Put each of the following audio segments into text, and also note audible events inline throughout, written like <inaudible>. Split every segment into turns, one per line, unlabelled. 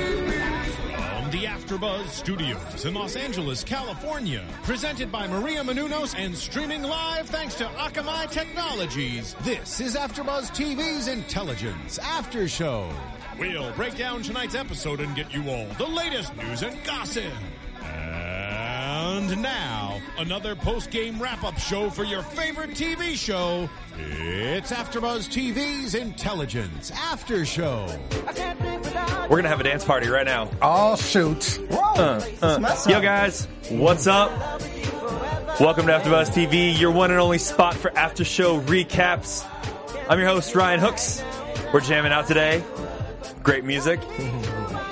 From the AfterBuzz Studios in Los Angeles, California, presented by Maria Menounos and streaming live thanks to Akamai Technologies. This is AfterBuzz TV's Intelligence After Show. We'll break down tonight's episode and get you all the latest news and gossip. And now, another post-game wrap-up show for your favorite TV show. It's AfterBuzz TV's Intelligence After Show.
We're gonna have a dance party right now.
Oh shoot!
Uh, uh. Yo guys, what's up? Welcome to AfterBuzz TV, your one and only spot for after show recaps. I'm your host Ryan Hooks. We're jamming out today. Great
<laughs>
music.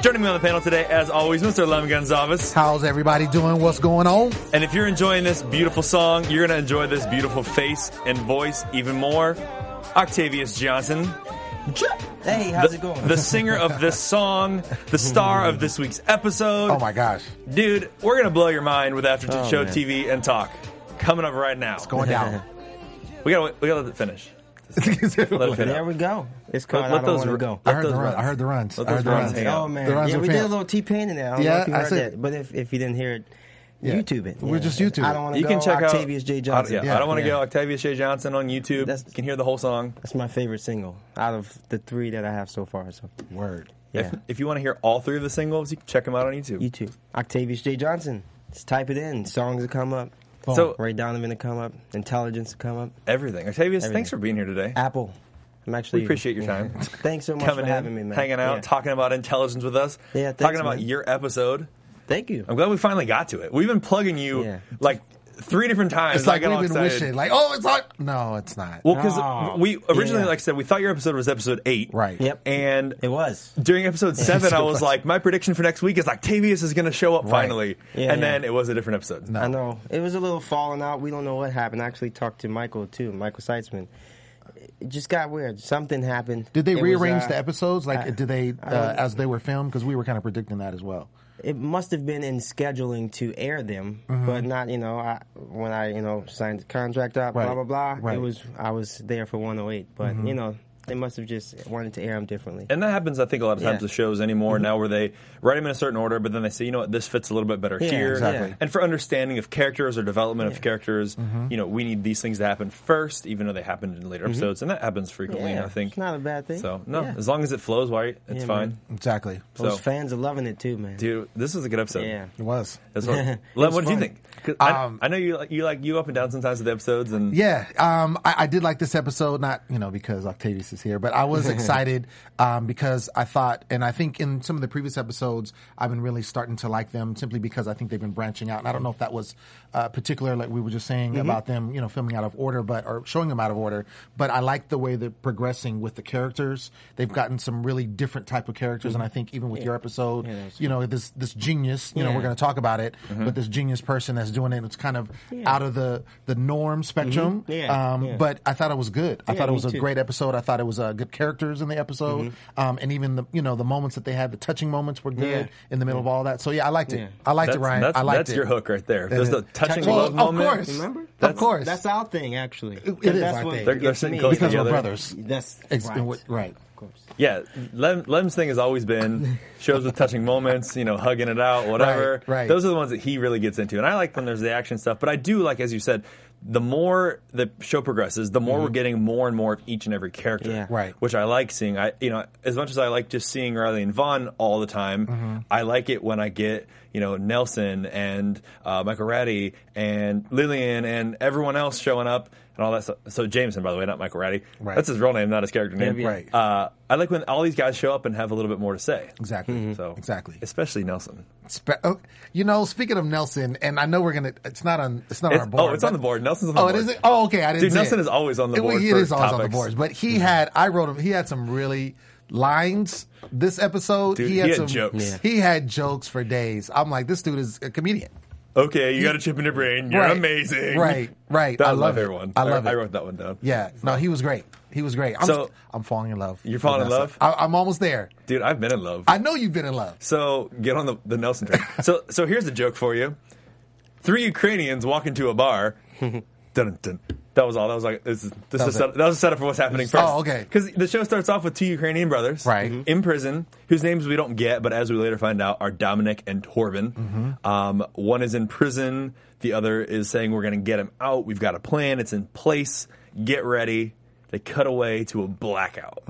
Joining me on the panel today, as always, Mr. Lem Gonzalez.
How's everybody doing? What's going on?
And if you're enjoying this beautiful song, you're gonna enjoy this beautiful face and voice even more. Octavius Johnson.
Hey, how's it going?
The singer of
<laughs>
this song, the star of this week's episode.
Oh my gosh,
Dude, we're going to blow your mind with After
Oh,
Show
man.
TV and Talk. Coming up right now.
going
<laughs>
down.
We got to we gotta let it finish. Let it finish.
there we go. It's
Let-
called
let
I
those
Don't Wanna
ru-
Go.
I
let
heard the
those
run.
run.
I heard the runs.
Let
I
those
heard the
runs
runs.
hang
Oh,
out.
man.
The runs
yeah,
were
we did a
pimp.
little T-Pain in there. I don't know
Yeah,
if you
I
heard
said-
that. But if, if you didn't hear it,
Yeah.
YouTube it.
We'll just YouTube
I
it.
don't want to
You
go.
can check out
Octavius J. Johnson.
I, yeah, I don't want to
Yeah.
go Octavius J. Johnson on YouTube.
That's-
you can hear the whole song.
That's my favorite single out of the three that I have so far. So
Word.
yeah,
If, if you want to hear all three of the singles, you can check them out on YouTube.
YouTube. Octavius J. Johnson. Just type it in. Songs will come up.
So-
Ray Donovan will come up. Intelligence will come up.
Everything. Octavius,
Everything.
thanks for being here today.
Apple. I'm actually.
We appreciate your time.
<laughs> Thanks so much
Coming
for
in,
having me, man.
hanging out,
Yeah.
talking about intelligence with us.
Yeah, thanks,
talking about
man.
your episode.
Thank you.
I'm glad we finally got to it. We've been plugging you
Yeah.
like three different times.
It's like
I got all
we've been
excited.
wishing. Like, oh, it's like no, it's not.
Well, because
Oh,
we originally,
yeah.
like I said, we thought your episode was episode eight,
Right.
Yep.
And
It was.
during
<laughs>
episode seven,
It
I was,
was.
like, my prediction for next week is Octavius is going to show up finally,
Yeah,
and
yeah.
then it was a different episode.
I know it was a little falling out. We don't know what happened. I actually talked to Michael too, Michael Seitzman. It just got weird. Something happened.
Did they
It was,
rearrange
uh,
the episodes? Like,
I-
did they
I
uh,
don't-
as they were filmed? Because we were kind of predicting that as well.
It must have been in scheduling to air them,
Mm-hmm.
but not. You know, I, when I you know signed the contract up,
Right.
blah blah blah.
Right. Mm-hmm.
It was I was there for 108, but you know they must have just wanted to air them differently.
And that happens, I think, a lot of times
Yeah. Mm-hmm.
with shows anymore now, where they write them in a certain order, but then they say, you know what, this fits a little bit better
Yeah,
here.
exactly. Mm-hmm. yeah.
And for understanding of characters or development of characters, you know, we need these things to happen first, even though they happened in later episodes, and that happens frequently.
Mm-hmm. Yeah,
I think
it's not a bad thing.
So no,
Yeah.
as long as it flows right, it's
Yeah,
fine.
man.
Exactly.
Those
So,
fans are loving it too, man.
dude, this was a good episode.
Yeah.
<laughs> It was.
That's what. Len,
was
what did you
fun.
think? 'Cause I,
Um,
I know you like- you like you up and down sometimes with the episodes, and
Yeah,
Mm-hmm.
um, I, I did like this episode, not you know because Octavius is here, but I
<laughs>
was excited um, because I thought, and I think in some of the previous episodes, I've been really starting to like them simply because I think they've been branching out. And I don't know if that was uh, particular, like we were just saying
Mm-hmm.
about them, you know, filming out of order, but or showing them out of order. But I like the way they're progressing with the characters. They've gotten some really different type of characters, and I think even with your episode,
Mm-hmm. Yeah, that was
you know, this this genius, you know, we're
Yeah.
going to talk about it,
Mm-hmm.
but this genius person that's doing it, it's kind of
Yeah.
out of the the norm spectrum.
Mm-hmm. Yeah,
Um,
yeah.
But I thought it was good. I
Yeah,
thought it
me
was a
too. Mm-hmm.
great episode. I thought it was uh, good characters in the episode, um, and even the you know the moments that they had, the touching moments were good
Yeah.
in the middle of all that. So yeah, I liked it.
Yeah.
I liked
that's,
it, Ryan.
that's,
I liked
that's
it.
your hook right there. There's the touching
Well,
love
of
moment.
course.
Remember?
Of course.
That's our thing, actually. It
is
that's
our
what
thing.
They're- they're
gets
sitting
me.
close
because we're
together.
brothers.
That's
Ex-
right.
and what- right.
Of course.
Yeah, Lem, Lem's thing has always been shows with touching moments, you know, hugging it out, whatever.
Right, right.
Those are the ones that he really gets into, and I like when there's the action stuff. But I do like, as you said, the more the show progresses, the more
Mm-hmm.
we're getting more and more of each and every character.
Yeah.
Right.
Which I like seeing. I, you know, as much as I like just seeing Riley and Vaughn all the time,
Mm-hmm.
I like it when I get you know Nelson and uh, Michael Ratty and Lillian and everyone else showing up. And all that stuff. So Jameson, by the way, not Michael Ratty.
Right.
That's his real name, not his character name.
Yeah, yeah.
Right.
Uh, I like when all these guys show up and have a little bit more to say.
Exactly.
So
Exactly.
especially Nelson.
Spe- oh, you know, speaking of Nelson, and I know we're gonna. It's not on. It's not on
It's-
our board.
oh, it's on
but-
the board. Nelson's on the
Oh,
board.
it isn't. Oh, okay. I didn't.
Dude,
see
Nelson
it.
is always on the
It-
board
He
for
is always on the
topics. Mm-hmm.
boards, but he had. I wrote him. He had some really lines this episode.
Dude, he had
some
jokes. Yeah.
He had jokes for days. I'm like, this dude is a comedian.
okay, you got a chip in your brain. You're
Right.
amazing.
Right, right.
That
I
was
love
my
it.
favorite one.
I love
I,
it.
wrote that one down.
Yeah, no, he was great. He was great. I'm,
So-
I'm falling in love.
You're falling in
Vanessa.
love?
I, I'm almost there.
Dude, I've been in love.
I know you've been in love.
So get on the, the Nelson train. so so here's a joke for you. Three Ukrainians walk into a
<laughs>
bar. dun, dun. That was all. That was like this is this
That
is
was
set,
it. Oh,
that was a setup for what's happening first.
okay.
Because the show starts off with two Ukrainian brothers, Mm-hmm.
Right. Mhm.
in prison, whose names we don't get, but as we later find out, are Dominic and Torben. Um, one is in prison. The other is saying we're going to get him out. We've got a plan. It's in place. Get ready. They cut away to a blackout.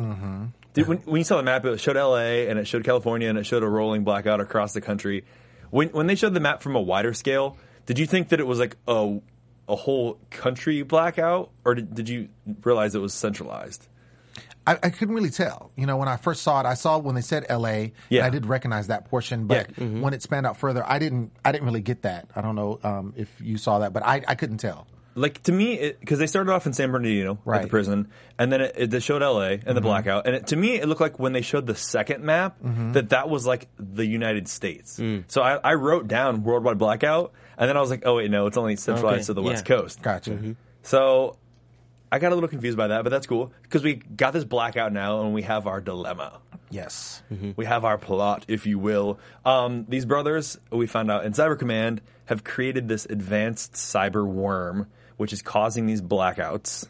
Dude, when, when you saw the map, it showed LA and it showed California and it showed a rolling blackout across the country. When when they showed the map from a wider scale, did you think that it was like a a whole country blackout, or did, did you realize it was centralized?
I, I couldn't really tell. You know, when I first saw it, I saw when they said L.A.
Yeah.
and I did recognize that portion, but
Yeah. Mm-hmm.
when it spanned out further, I didn't. I didn't really get that. I don't know um, if you saw that, but I, I couldn't tell.
Like to me, because they started off in San Bernardino at the
Right.
prison, and then it, it, they showed LA and
Mm-hmm.
the blackout, and it, to me, it looked like when they showed the second map
Mm-hmm.
that that was like the United States. So I, I wrote down worldwide blackout, and then I was like, oh wait, no, it's only centralized
Okay,
to the
yeah.
West Coast.
Gotcha.
So I got a little confused by that, but that's cool because we got this blackout now and we have our dilemma.
Yes.
We have our plot, if you will. Um, these brothers, we found out in Cyber Command, have created this advanced cyber worm, which is causing these blackouts.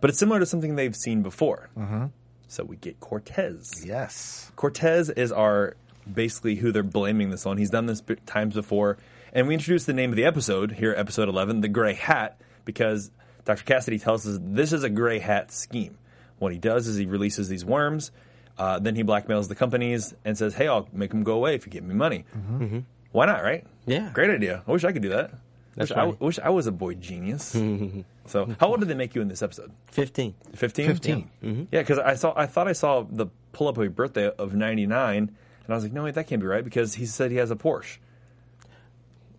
But it's similar to something they've seen before. Mm-hmm. So we get Cortez.
Yes.
Cortez is our basically who they're blaming this on. He's done this b- times before, and we introduced the name of the episode here, episode eleven, the gray hat, because Dr. Cassidy tells us this is a gray hat scheme. What he does is he releases these worms, uh, then he blackmails the companies and says, "Hey, I'll make them go away if you give me money." Why not? Right?
Mm-hmm. Yeah.
Great idea. I wish I could do that.
That's
wish, I,
right.
wish I was a boy
<laughs>
genius. so, how old did they make you in this episode?
15.
15?
15.
Yeah, because I saw I thought I saw the pull up of your birthday of 99 and I was like, "No, wait, that can't be right because he said he has a Porsche."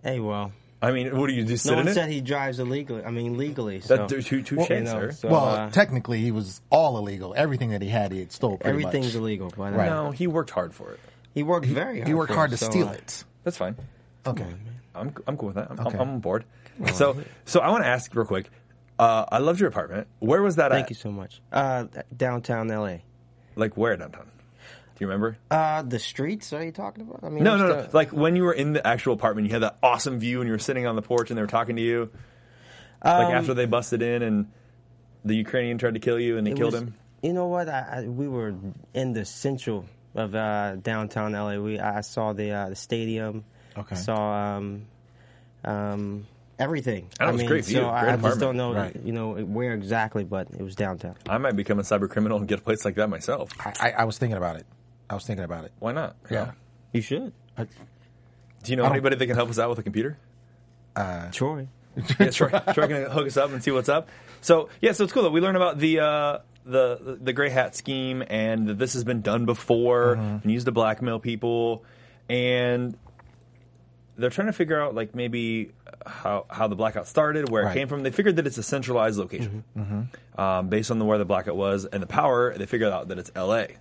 Hey, well.
I mean, what do you just sit
No
in
one
it?
said he drives illegally. I mean, legally. So.
that dude, too, too
you know,
sir.
so,
well,
uh,
technically, he was all illegal. Everything that he had, he had stole. Pretty
everything's
much.
illegal. But, uh,
Right.
No, he worked hard for it.
He worked very hard.
He worked
for
hard
it,
to
so,
steal
uh,
it.
That's fine.
Okay.
I'm I'm cool with that. I'm, I'm-
Okay.
I'm on board. So, so I want to ask real quick. Uh, I loved your apartment. Where was that
Thank
at?
you so much. Uh, downtown LA.
Like where downtown? Do you remember?
Uh, the streets? Are you talking about? I mean,
no,
what's
no, no.
the-
Like when you were in the actual apartment, you had that awesome view and you were sitting on the porch and they were talking to you.
Um,
like after they busted in and the Ukrainian tried to kill you and they
It
killed
was-
him.
You know what? I, I, we were in the central of uh, downtown LA. We I saw the uh, the stadium.
Okay.
Saw um, um, everything.
That
I
was
mean,
great view,
so I,
great
I just
apartment.
don't know,
Right.
you know, where exactly, but it was downtown.
I might become a cyber criminal and get a place like that myself.
I, I, I was thinking about it. I was thinking about it.
Why not?
Yeah.
You should,
Do you know
I don't-
anybody that can help us out with a computer?
Troy.
<laughs> Yeah, Troy, Troy can hook us up and see what's up. So yeah, so it's cool that we learn about the uh, the the gray hat scheme and that this has been done before and used to blackmail people, and they're trying to figure out like maybe how how the blackout started, where it
Right.
came from. They figured that it's a centralized location Um, based on the where the blackout was and the power. They figured out that it's L.A.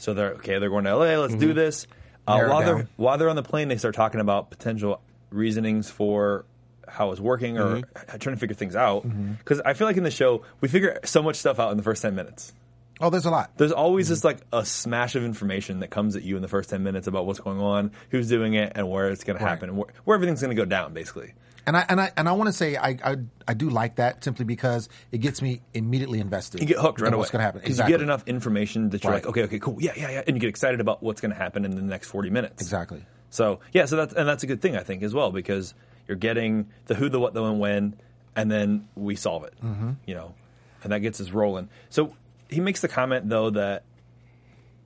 So they're okay. They're going to L.A. Let's do this. Uh,
Mm-hmm. Narrow
while
it
they're
down.
while they're on the plane, they start talking about potential reasonings for how it's working or
Mm-hmm.
h- trying to figure things out. Because I feel like in the show, we figure so much stuff out in the first 10 minutes.
Oh, there's a lot.
There's always just
Mm-hmm.
like a smash of information that comes at you in the first 10 minutes about what's going on, who's doing it, and where it's going to happen, and where, where everything's going to go down, basically.
And I and I and I want to say I, I I do like that simply because it gets me immediately invested.
You get hooked right
in
away.
What's going to happen?
Because
Exactly.
you get enough information that you're
Right.
like, okay, okay, cool. Yeah, yeah, yeah. And you get excited about what's going to happen in the next 40 minutes.
Exactly.
So yeah, so that's and that's a good thing I think as well because you're getting the who, the what, the when, when, and then we solve it.
Mm-hmm.
You know, and that gets us rolling. So he makes the comment though that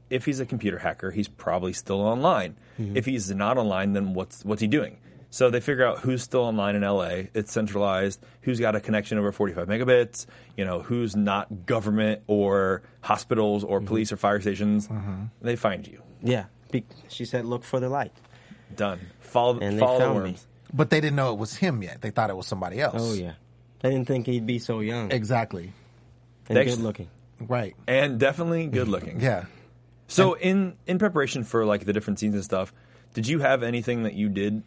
if he's a computer hacker, he's probably still online.
Mm-hmm.
If he's not online, then what's what's he doing? So they figure out who's still online in LA. It's centralized. Who's got a connection over 45 megabits? You know, who's not government or hospitals
Mm-hmm.
or police or fire stations? They find you.
Yeah, Be- she said, "Look for the light,"
Done. Follow
and they
follow the
found me.
worms.
But they didn't know it was him yet. They thought it was somebody else.
Oh yeah, I didn't think he'd be so young
Exactly.
and
Thanks.
good looking.
Right.
and definitely good looking.
Yeah.
So in in preparation for like the different scenes and stuff, did you have anything that you did,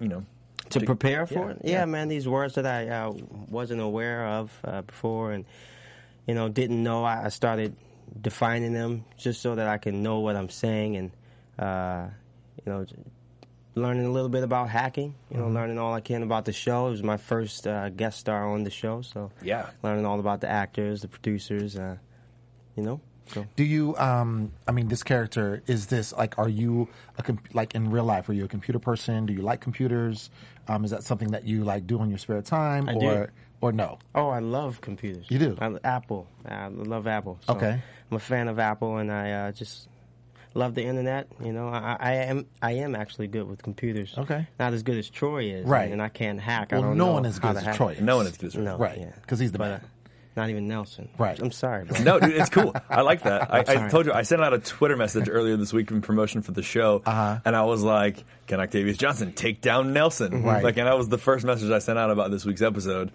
you know,
to prepare for
yeah,
it. Yeah, man, these words that I uh, wasn't aware of uh, before, and you know, didn't know. I, I started defining them just so that I can know what I'm saying, and uh, you know, j- learning a little bit about hacking. You know, learning all I can about the show. It was my first uh, guest star on the show, so
Yeah.
learning all about the actors, the producers. Uh, you know, so.
Do you? Um, I mean, this character is this like? Are you a com- like in real life? Are you a computer person? Do you like computers? Um, is that something that you like do in your spare time,
I do.
or or no?
Oh, I love computers.
You do?
I, Apple. I love Apple. So
Okay.
I'm a fan of Apple, and I uh, just love the internet. You know, I, I am I am actually good with computers.
Okay.
Not as good as Troy is,
Right.
And I can't hack. I
Well,
don't
no
know
one is
how
good
to
as
hack.
Troy. is.
No one is good. as
No.
Rich.
Right,
yeah.
'cause he's the
But, uh,
man.
not even Nelson.
Right.
I'm
<laughs>
sorry. Bro.
<laughs> No, dude, it's cool. I like that. I, I
sorry.
told you, I sent out a Twitter message earlier this week in promotion for the show,
Uh-huh.
and I was like, "Can Octavius Johnson take down Nelson?"
Right.
Like, and that was the first message I sent out about this week's episode.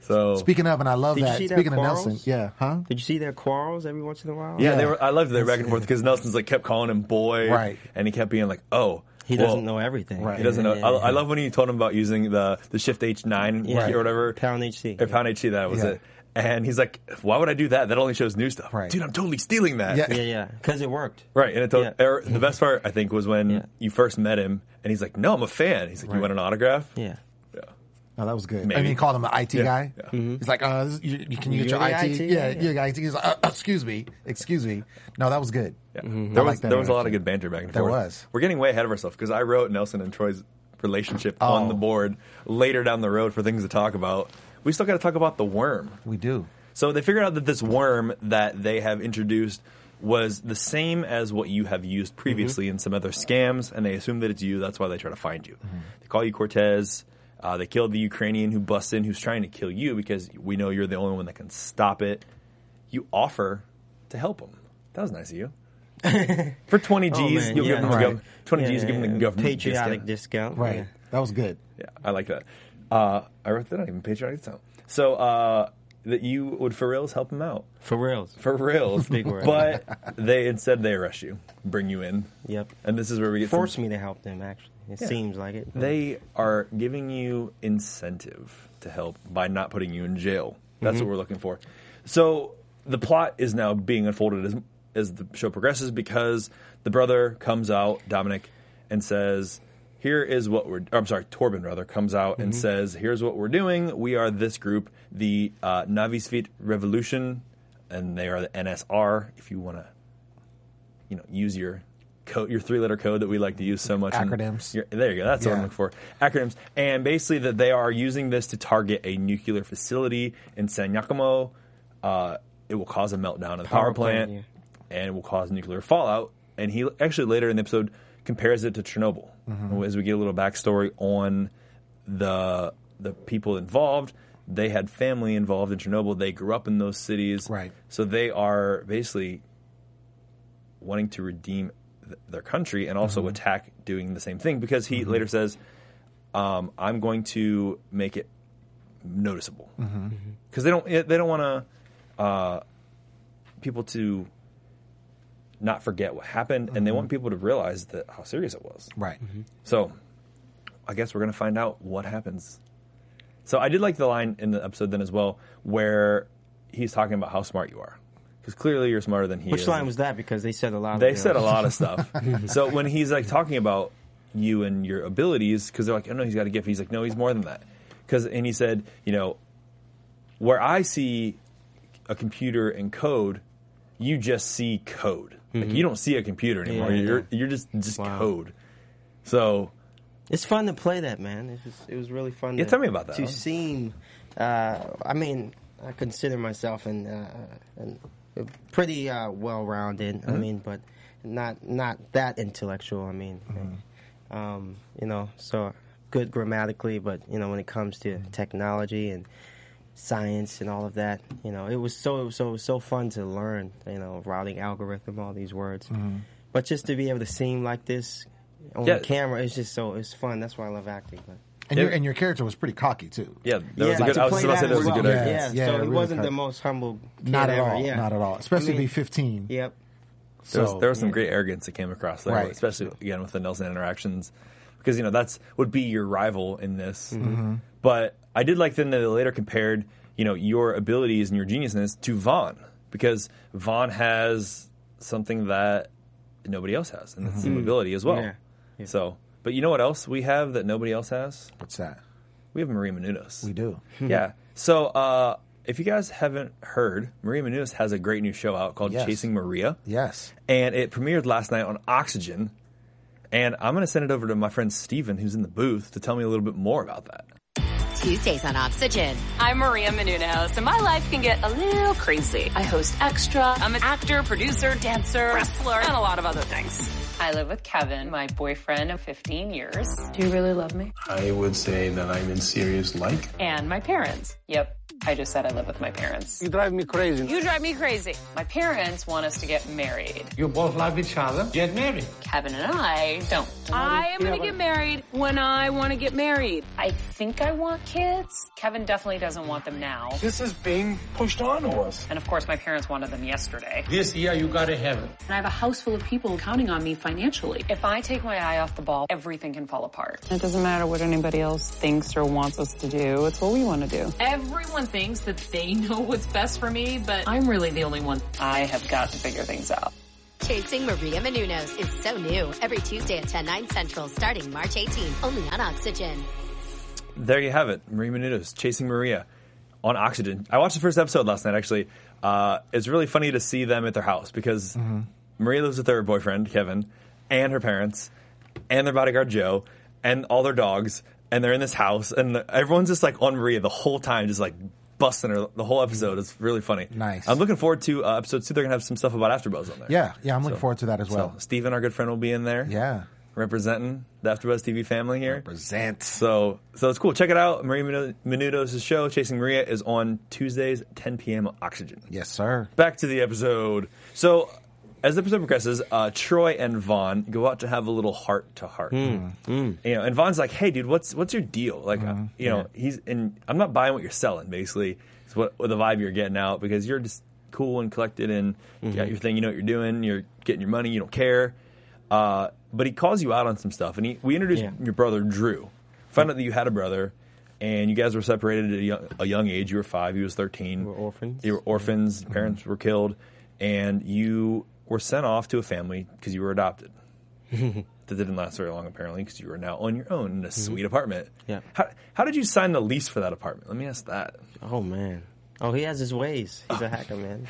So,
Speaking of, and I love
Did you
that.
see their
Speaking of
quarrels?
Nelson, yeah, huh?
Did you see their quarrels every once in a while?
yeah,
yeah.
they were. I loved their back and forth because Nelson's like kept calling him boy,
Right.
And he kept being like, "Oh,
He
well,
doesn't know everything.
Right.
He doesn't know.
Yeah, yeah,
I, I
yeah.
love when he told him about using the the shift H nine
Yeah.
or whatever
Pound HC.
or pound HC. That was
Yeah.
it. And he's like, "Why would I do that? That only shows new stuff,
Right.
dude. I'm totally stealing that."
Yeah.
Yeah, yeah. Because it worked.
Right, and it told,
Yeah.
er, the best part I think was when
Yeah.
you first met him, and he's like, "No, I'm a fan." He's like, "You want an autograph?"
Yeah.
No, that was good.
Maybe.
And he called him the IT
Yeah,
guy.
yeah.
He's like, uh, this- you, you- "Can you get
Mm-hmm. You're
your
the
IT?
IT?
Yeah,
Yeah.
you're the IT." He's like, uh, "Excuse me, excuse me." No, that was good.
Yeah.
Mm-hmm. I
There
like
was
that
there was a lot of
interaction.
good banter back and
There
forth.
was.
We're getting way ahead of ourselves because I wrote Nelson and Troy's relationship on
Oh.
the board later down the road for things to talk about. We still got to talk about the worm.
We do.
So they figured out that this worm that they have introduced was the same as what you have used previously
Mm-hmm.
in some other scams, and they assume that it's you. That's why they try to find you.
Mm-hmm.
They call you Cortez. Uh, they killed the Ukrainian who busts in, who's trying to kill you because we know you're the only one that can stop it. You offer to help him. That was nice of
<laughs>
you. For twenty G's,
Oh, man,
you'll
yeah.
give them the
Right.
gov- twenty G's,
Yeah,
give them
yeah.
the government
Patriotic
discount.
discount.
Right.
Yeah.
That was good.
Yeah, I like that. Uh, I wrote that not even patriotic sound. So uh, that you would for reals help him out
For reals.
for reals.
Big word.
But they instead they arrest you, bring you in.
Yep.
And this is where we get
Forced
some-
me to help them, actually. It
Yeah.
seems like it.
They are giving you incentive to help by not putting you in jail. That's what we're looking for. So the plot is now being unfolded as as the show progresses because the brother comes out, Dominic, and says, "Here is what we're." I'm sorry, Torben rather comes out and says, "Here's what we're doing. We are this group, the uh, Navisvit Revolution, and they are the NSR. If you want to you know, use your code, your three letter code that we like to use so much. in-
Acronyms.
your- there you go. That's what I'm
Yeah.
looking for. Acronyms. And basically, that they are using this to target a nuclear facility in San Giacomo. Uh, it will cause a meltdown of the power,
Power
plant,
plant,
and it will cause nuclear fallout. And he actually later in the episode compares it to Chernobyl. As we get a little backstory on the the people involved, they had family involved in Chernobyl. They grew up in those cities,
Right.
So they are basically wanting to redeem th- their country and also attack doing the same thing because he later says, um, "I'm going to make it noticeable because they don't eh, they don't want to uh, people to not forget what happened and they want
Mm-hmm.
people to realize that how serious it was."
Right.
So, I guess we're gonna find out what happens. So I did like the line in the episode then as well where he's talking about how smart you are. Because clearly you're smarter than he
Which
is.
line was that? Because they said a lot. of
They
the-
said a lot of
<laughs>
stuff. so when he's like talking about you and your abilities, because they're like, oh no, he's got a gift. He's like, no, he's more than that. Because and he said, you know, where I see a computer and code, you just see code. Like you don't see a computer anymore.
Mm-hmm. yeah,
you're you're just just
Wow.
code. So
It's fun to play that, man. It was, it was really fun.
Yeah,
to,
tell me about that.
To seem, uh, I mean, I consider myself an, uh, an a pretty uh, well-rounded.
Mm-hmm.
I mean, but not not that intellectual. I mean,
Mm-hmm.
um, you know, so good grammatically, but you know, when it comes to technology and science and all of that, you know, it was so so so fun to learn. You know, routing algorithm, all these words.
Mm-hmm.
But just to be able to seem like this on
Yeah.
the camera, it's just so it's fun. That's why I love acting. But
And
Yeah.
your and your character was pretty cocky too.
yeah, that was a
Yeah,
good.
to
I was
play
just about to say
that
that was a
as
good
well.
idea.
Yeah,
Yeah,
so he
really
wasn't
cut.
the most humble. kid
Not at
ever,
all.
Yeah.
Not at all. Especially
I mean,
be 15.
Yep.
There was,
So-
there was some great arrogance that came across there,
Right.
especially again with the Nelson interactions. because you know that's would be your rival in this.
Mm-hmm.
But I did like then that they later compared you know your abilities and your geniusness to Vaughn because Vaughn has something that nobody else has, and it's ability as well.
Yeah. Yeah.
So, but you know what else we have that nobody else has?
What's that?
We have Maria Menounos.
We do.
Yeah. So uh, if you guys haven't heard, Maria Menounos has a great new show out called
Yes.
Chasing Maria,
Yes.
and it premiered last night on Oxygen. And I'm going to send it over to my friend Steven, who's in the booth, to tell me a little bit more about that.
Tuesdays on Oxygen.
I'm Maria Menounos, and my life can get a little crazy. I host Extra. I'm an actor, producer, dancer, wrestler, and a lot of other things. I live with Kevin, my boyfriend of 15 years. Do you really love me?
I would say that I'm in serious like.
And my parents. Yep. I just said I live with my parents.
You drive me crazy.
You drive me crazy. My parents want us to get married.
You both love each other. Get married.
Kevin and I don't. I am going to get married when I want to get married. I think I want kids. Kevin definitely doesn't want them now.
This is being pushed on us.
And of course, my parents wanted them yesterday.
This year you gotta have it.
And I have a house full of people counting on me financially.
If I take my eye off the ball, everything can fall apart.
It doesn't matter what anybody else thinks or wants us to do. It's what we want to do.
Everyone thinks that they <laughs> know what's best for me, but I'm really the only one.
I have got to figure things out.
Chasing Maria Menounos is so new. Every Tuesday at 10, 9 central, starting March 18, only on Oxygen.
There you have it, Maria Menounos, Chasing Maria on Oxygen. I watched the first episode last night. Actually, uh, it's really funny to see them at their house because
Mm-hmm.
Maria lives with her boyfriend Kevin and her parents and their bodyguard Joe and all their dogs, and they're in this house, and everyone's just like on Maria the whole time, just like busting her the whole episode. It's really funny.
Nice.
I'm looking forward to uh, episode two. They're gonna have some stuff about AfterBuzz on there.
Yeah. Yeah. I'm looking
So-
forward to that as well.
So Steven, our good friend, will be in there.
yeah.
Representing the AfterBuzz TV family here.
Present.
So so it's cool. Check it out. Maria Menu- Menudo's show, Chasing Maria, is on Tuesdays, 10 p.m. on Oxygen.
Yes, sir.
Back to the episode. So as the episode progresses, uh, Troy and Vaughn go out to have a little heart to heart. You know, and Vaughn's like, "Hey, dude, what's what's your deal? Like, uh, you know, he's and I'm not buying what you're selling. Basically, is what, what the vibe you're getting out because you're just cool and collected and you got your thing. You know what you're doing. You're getting your money. You don't care. Uh, but he calls you out on some stuff, and he, we introduced
Yeah.
your brother Drew. Found out that you had a brother, and you guys were separated at a young, a young age. You were five. He was thirteen.
were orphans. Mm-hmm.
You were orphans. Your Parents were killed, and you were sent off to a family because you were
<laughs>
adopted that didn't last very long apparently because you are now on your own in a sweet apartment.
Mm-hmm. Yeah.
How, how did you sign the lease for that apartment? Let me ask that.
Oh man. Oh, he has his ways.
<laughs>
He's a hacker, man.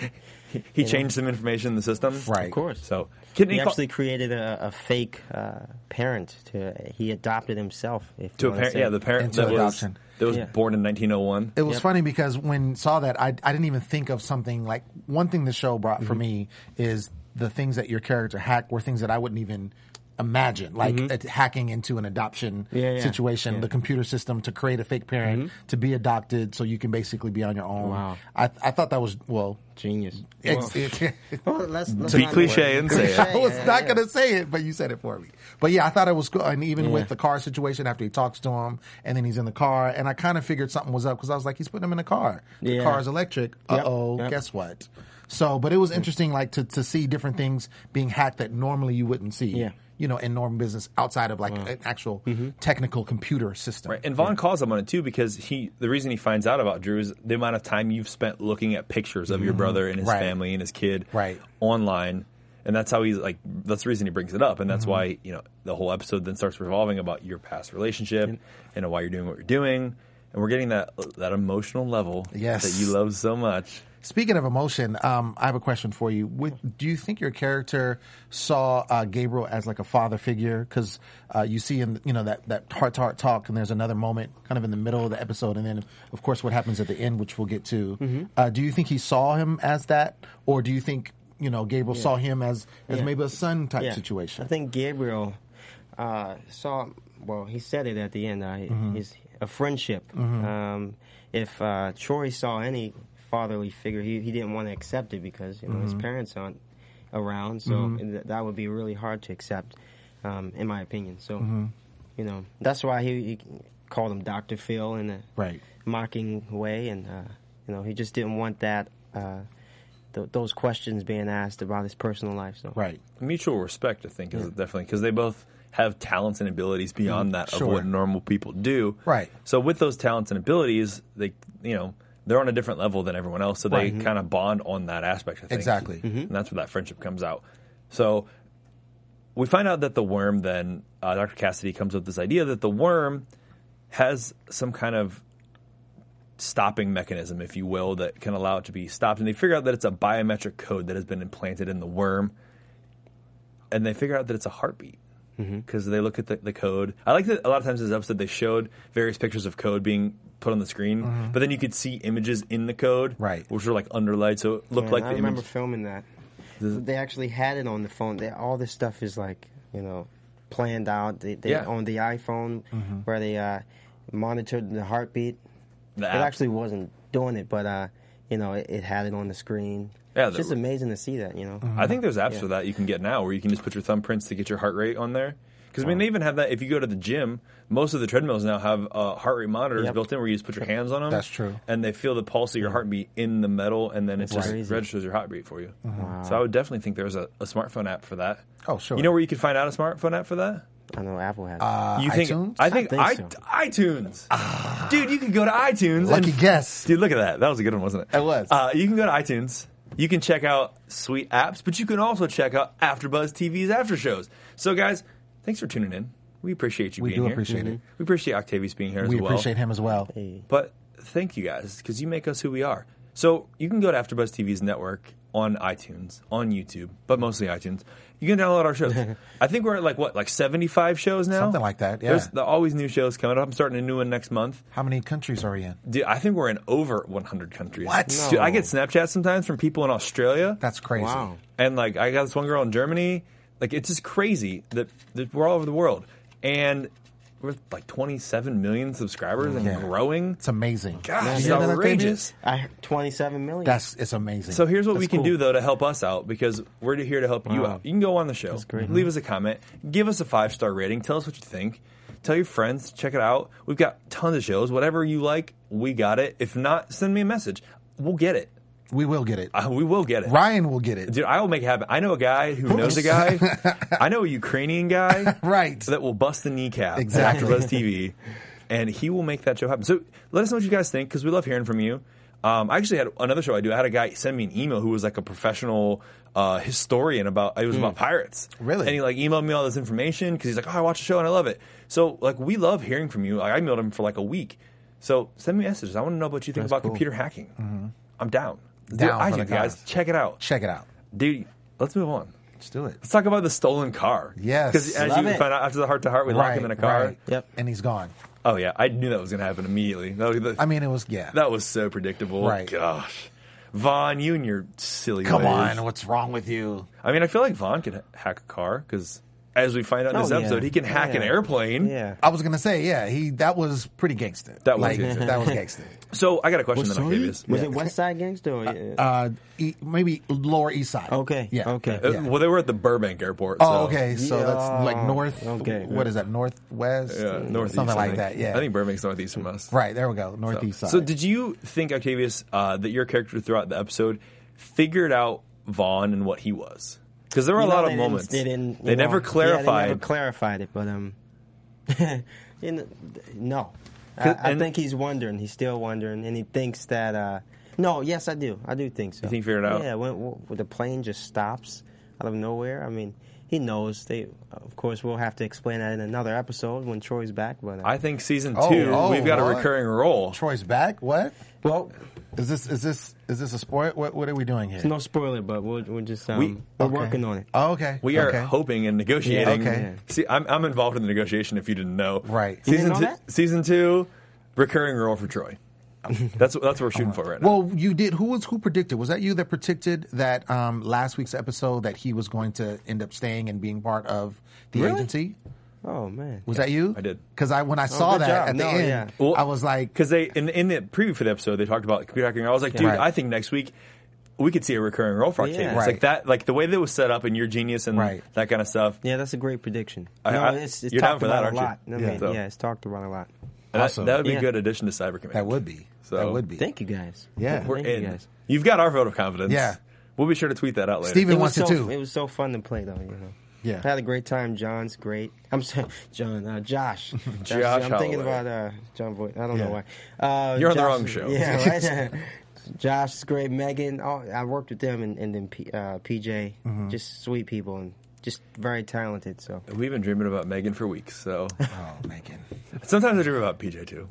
He changed some information in the system.
Right.
Of course.
So can
he
you call-
actually created a, a fake uh, parent to. He adopted himself. If
to
you
a
wanna
parent?
say.
Yeah, the parent
Into
that was,
adoption.
that was
Yeah.
born in 1901.
It was
Yep.
funny because when saw that, I, I didn't even think of something like one thing the show brought
Mm-hmm.
for me is the things that your character hacked were things that I wouldn't even imagine, like at- hacking into an adoption
Mm-hmm. Yeah, yeah.
situation,
Yeah. Mm-hmm.
the computer system to create a fake parent to be adopted, so you can basically be on your own.
Wow.
I I thought that was well.
genius.
It's, it, <laughs>
<laughs> Well, let's, let's
Be
not-
cliche and say it.
I was not gonna say it, but you said it for me. But yeah, I thought it was cool. And even with the car situation, after he talks to him, and then he's in the car, and I kind of figured something was up because I was like, he's putting him in a car. The
Yeah.
car's electric. Uh oh,
Yep.
guess what? So, but it was interesting, like to to see different things being hacked that normally you wouldn't see.
Yeah. Mm-hmm.
You know, in normal business outside of like an actual technical computer system.
Right. And Vaughn calls him on it too because he the reason he finds out about Drew is the amount of time you've spent looking at pictures of your brother and his
Mm-hmm. Right.
family and his kid
Right.
online. And that's how he's like that's the reason he brings it up. And
Mm-hmm.
that's why, you know, the whole episode then starts revolving about your past relationship and why you're doing what you're doing. And we're getting that that emotional level
Yes.
that you love so much.
Speaking of emotion, um, I have a question for you. Would, do you think your character saw uh, Gabriel as like a father figure? Because uh, you see in you know that that heart to heart talk, and there's another moment kind of in the middle of the episode, and then of course what happens at the end, which we'll get to.
Mm-hmm.
Uh, do you think he saw him as that, or do you think you know Gabriel saw him as as
Yeah.
maybe a son type
Yeah.
situation?
I think Gabriel uh, saw. Well, he said it at the end. Uh,
Mm-hmm.
He's a friendship. Um, if uh, Troy saw any fatherly figure, he, he didn't want to accept it because you know
Mm-hmm.
his parents aren't around. So th- that would be really hard to accept, um, in my opinion. So
Mm-hmm.
you know that's why he, he called him Doctor Phil in a
Right.
mocking way, and uh, you know he just didn't want that. Uh, th- those questions being asked about his personal life. So
right.
mutual respect, I think, is definitely because they both have talents and abilities beyond
Mm,
that
sure.
of what normal people do.
Right.
So with those talents and abilities, they you know they're on a different level than everyone else, so they
Right. Mhm.
kind of bond on that aspect. I think.
Exactly.
and that's where that friendship comes out. So we find out that the worm then uh, Dr. Cassidy comes up with this idea that the worm has some kind of stopping mechanism, if you will, that can allow it to be stopped. And they figure out that it's a biometric code that has been implanted in the worm, and they figure out that it's a heartbeat
Mm-hmm.
because they look at the, the code. I like that a lot of times in this episode they showed various pictures of code being put on the screen,
Mhm.
but then you could see images in the code, right, which were like underlined, so it looked
Man,
like
I
the
remember
image.
filming that. they actually had it on the phone. They, all this stuff is like you know planned out. They, they
Yeah.
on the iPhone
Mm-hmm.
Mhm.
where they uh, monitored the heartbeat.
The
it
app.
actually wasn't doing it, but uh, you know it, it had it on the screen.
Yeah,
it's
the-
just amazing to see that. You know,
Mm-hmm.
I
Uh-huh.
think there's apps
Yeah.
for that you can get now where you can just put your thumbprints to get your heart rate on there. Because I mean, they even have that. If you go to the gym, most of the treadmills now have uh, heart rate monitors
Yep.
built in where you just put your hands on them.
That's true.
And they feel the pulse of your heartbeat in the metal, and then it
That's
just
crazy.
registers your heartbeat for you.
Mhm. Wow.
So I would definitely think there's a, a smartphone app for that.
Oh, sure.
You know where you could find out a smartphone app for that?
I know Apple has.
Uh,
you think?
iTunes?
I think,
I
I Ah.
think
iTunes. Dude, you could go to iTunes.
Lucky guess.
Dude, look at that. That was a good one, wasn't it? It
was.
Uh, you can go to iTunes. You can check out sweet apps, but you can also check out AfterBuzz TV's after shows. So, guys, thanks for tuning in. We appreciate you
We
being
do
here.
appreciate it. Mhm.
We appreciate Octavius being here as
we
well.
appreciate him as well.
But thank you guys because you make us who we are. So you can go to AfterBuzz TV's network on iTunes, on YouTube, but mostly iTunes. You can download our
<laughs>
shows. I think we're at like what, like seventy-five shows now,
Something like that, yeah.
There's the, always new shows coming up. I'm starting a new one next month.
How many countries are we in?
Dude, I think we're in over 100 countries.
What?
Dude,
No.
I get Snapchats sometimes from people in Australia.
That's crazy. Wow.
And like, I got this one girl in Germany. Like, it's just crazy that, that we're all over the world, and we're like 27 million subscribers and
Yeah.
growing.
It's amazing.
Gosh,
You
it's
hear that,
outrageous.
I heard 27 million.
That's it's amazing.
So here's what we can do though to help us out because we're here to help you
Wow.
out. You can go on the show, leave us a comment, give us a five star rating, tell us what you think, tell your friends, check it out. We've got tons of shows. Whatever you like, we got it. If not, send me a message. We'll get it. <laughs>
We will get it.
Uh, we will get it.
Ryan will get it.
Dude, I will make it happen. I know a guy who knows a guy.
<laughs>
I know a Ukrainian guy,
right?
That will bust the kneecap
Exactly.
after Buzz TV, and he will make that show happen. So let us know what you guys think because we love hearing from you. Um, I actually had another show I do. I had a guy send me an email who was like a professional uh, historian about it was
Hmm.
about pirates. Really? And he like emailed me all this information because he's like, oh, I watched the show and I love it. So like we love hearing from you. Like, I emailed him for like a week. So send me messages. I want to know what you think about computer hacking. I'm down. Dude,
Mm-hmm. Down for
iTunes,
the
guys.
cause.
Check it out.
Check it out.
Dude, let's move on.
Let's do it.
Let's talk about the stolen car.
Yes.
Because as
Love
you
it.
find out after the heart to heart, we lock him in a car.
Yep. And he's gone.
Oh, yeah. I knew that was going to happen immediately. That was the-
I mean, it was yeah.
that was so predictable.
Right.
Gosh. Vaughn, you and your silly
Come
ways.
on, what's wrong with you?
I mean, I feel like Vaughn can hack a car because as we find out in
Oh,
this
yeah.
episode, he can hack an
Yeah.
airplane.
Yeah.
I was gonna say yeah. He that was pretty gangster.
That was
Like,
gangster.
That was
<laughs>
gangster.
So I got a question
West
then,
Side?
Octavius.
Was it West Side Gangster? Or,
Uh, e- maybe Lower East Side. Okay. Yeah.
Okay.
Uh, Well, they were at the Burbank airport.
Oh,
so-
okay. So that's like north.
Okay.
What is that? Northwest.
Yeah, northeast.
Something
I
like
think.
that. Yeah.
I think Burbank's northeast from us.
Right. There we go. Northeast side.
So, did you think, Octavius, uh, that your character throughout the episode figured out Vaughn and what he was? Because there were
You
a
know,
lot of
they didn't-
moments.
they didn't. you
They
know,
never
Yeah,
clarified.
they never clarified it, but um, <laughs> you know, no. I,
Cause-
I
and-
think he's wondering. He's still wondering, and he thinks that. Uh, no, yes, I do. I do think so.
You think he figured it out?
Yeah, when, when the plane just stops out of nowhere. I mean, he knows. They, of course, we'll have to explain that in another episode when Troy's back. But uh,
I think season two,
Oh, oh,
we've got
what?
a recurring role.
Troy's back. What?
Well,
is this is this is this a sport? What what are we doing here?
it's no spoiler, but we're, we're just um,
We-
we're
Okay.
working on it.
Oh, okay.
We are
Okay.
hoping and negotiating.
Yeah, okay.
See, I'm, I'm involved in the negotiation. If you didn't know, right?
You
Season
didn't know
two, season two, recurring role for Troy. That's that's what we're shooting for right now.
Well, you did. Who was who predicted? Was that you that predicted that um, last week's episode that he was going to end up staying and being part of the
Really?
agency?
Oh man,
Was that you?
I did.
Because I when I
Oh,
saw
good
that
job.
at the
No,
end,
yeah.
I was like,
Because they in, in the preview for the episode, they talked about computer hacking. I was like,
Yeah.
dude,
Right.
I think next week we could see a recurring role for
Yeah.
Octavius.
Right.
Like that, like the way that it was set up and your genius and that kind of stuff.
Yeah, that's a great prediction.
I-
no,
I-
it's, it's
you're down
talked
for that,
about
aren't
a
you?
lot. I
Yeah.
mean,
So-
yeah, it's talked about a lot.
And That, that would be
Yeah.
a good addition to Cyber Command. That
would be.
So
That would be. Thank you guys.
Yeah.
we're
Thank you
in.
guys.
You have got our vote of confidence.
Yeah.
we'll be sure to tweet that out later.
was so, It was so fun to play though. You know,
Yeah.
I had a great time. John's great. I'm sorry, John. Uh,
<laughs>
Josh.
Josh
I'm thinking
Holloway.
about uh, John Voight. I don't know
Yeah.
why. Uh,
You're on the
Josh-
wrong show. <laughs>
Yeah, right. <laughs> Josh is great. Megan. Oh, I worked with them and, and then P, uh, PJ.
Mhm.
Just sweet people and just very talented. So
We've been dreaming about Megan for weeks, so. <laughs>
Oh, Megan.
Sometimes I dream about PJ too.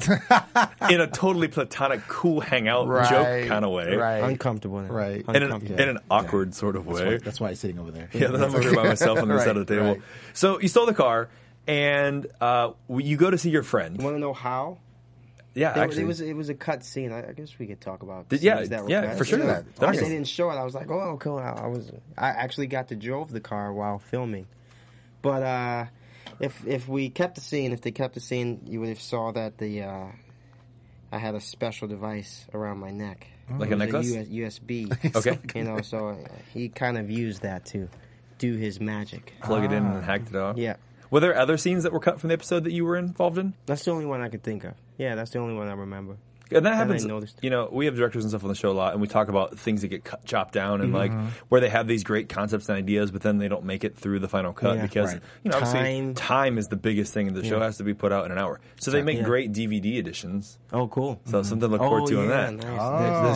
In a totally platonic, cool hangout joke kind of way.
Uncomfortable.
Right.
In an, in an awkward sort of way.
That's why, that's why he's sitting over there.
Yeah, then I'm over here by myself
<laughs>
on the
<laughs> Right,
side of the table.
right.
So you stole the car, and uh, you go to see your friend. You
want to know how?
Yeah,
It-
actually,
it was it was a cut scene. I, I guess we could talk about
Did- yeah,
scenes that were
yeah,
cut.
for sure.
You know,
That-
They
okay.
didn't show it. I was like, oh, cool. I, I was I actually got to drove the car while filming, but uh, if if we kept the scene, if they kept the scene, you would have saw that the uh, I had a special device around my neck,
Like
It
a
was
necklace?
US,
<laughs>
USB.
Okay.
<laughs> you know, so uh, he kind of used that to do his magic.
plug it in and hacked it off.
Ah. Yeah.
Were there other scenes that were cut from the episode that you were involved in?
That's the only one I could think of. Yeah, that's the only one I remember.
And that
I
happens.
noticed.
you know, we have directors and stuff on the show a lot, and we talk about things that get cut, chopped down, and
Mhm.
like where they have these great concepts and ideas, but then they don't make it through the final cut
Yeah.
because
Right.
you know, obviously,
Time.
time is the biggest thing. and The show
Yeah.
has to be put out in an hour, so they make
Yeah.
great DVD editions.
Oh, cool!
So something to look
Oh,
forward to on
yeah,
that.
nice, nice.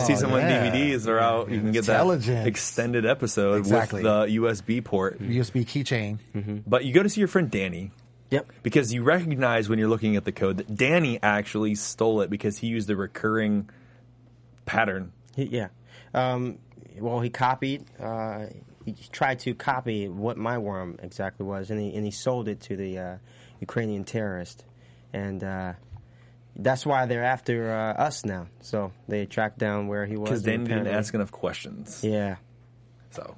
the season
Oh,
one
yeah.
DVDs are out. you can get that
Intelligence.
extended episode
Exactly.
with the USB port.
USB keychain.
But you go to see your friend Danny.
Yep.
Because you recognize when you're looking at the code that Danny actually stole it because he used a recurring pattern.
He, yeah. Um, well, he copied. Uh, he tried to copy what my worm exactly was, and he and he sold it to the uh, Ukrainian terrorist, and uh, that's why they're after uh, us now. So they tracked down where he was.
Because Danny
and
didn't
apparently-
ask enough questions.
Yeah.
So.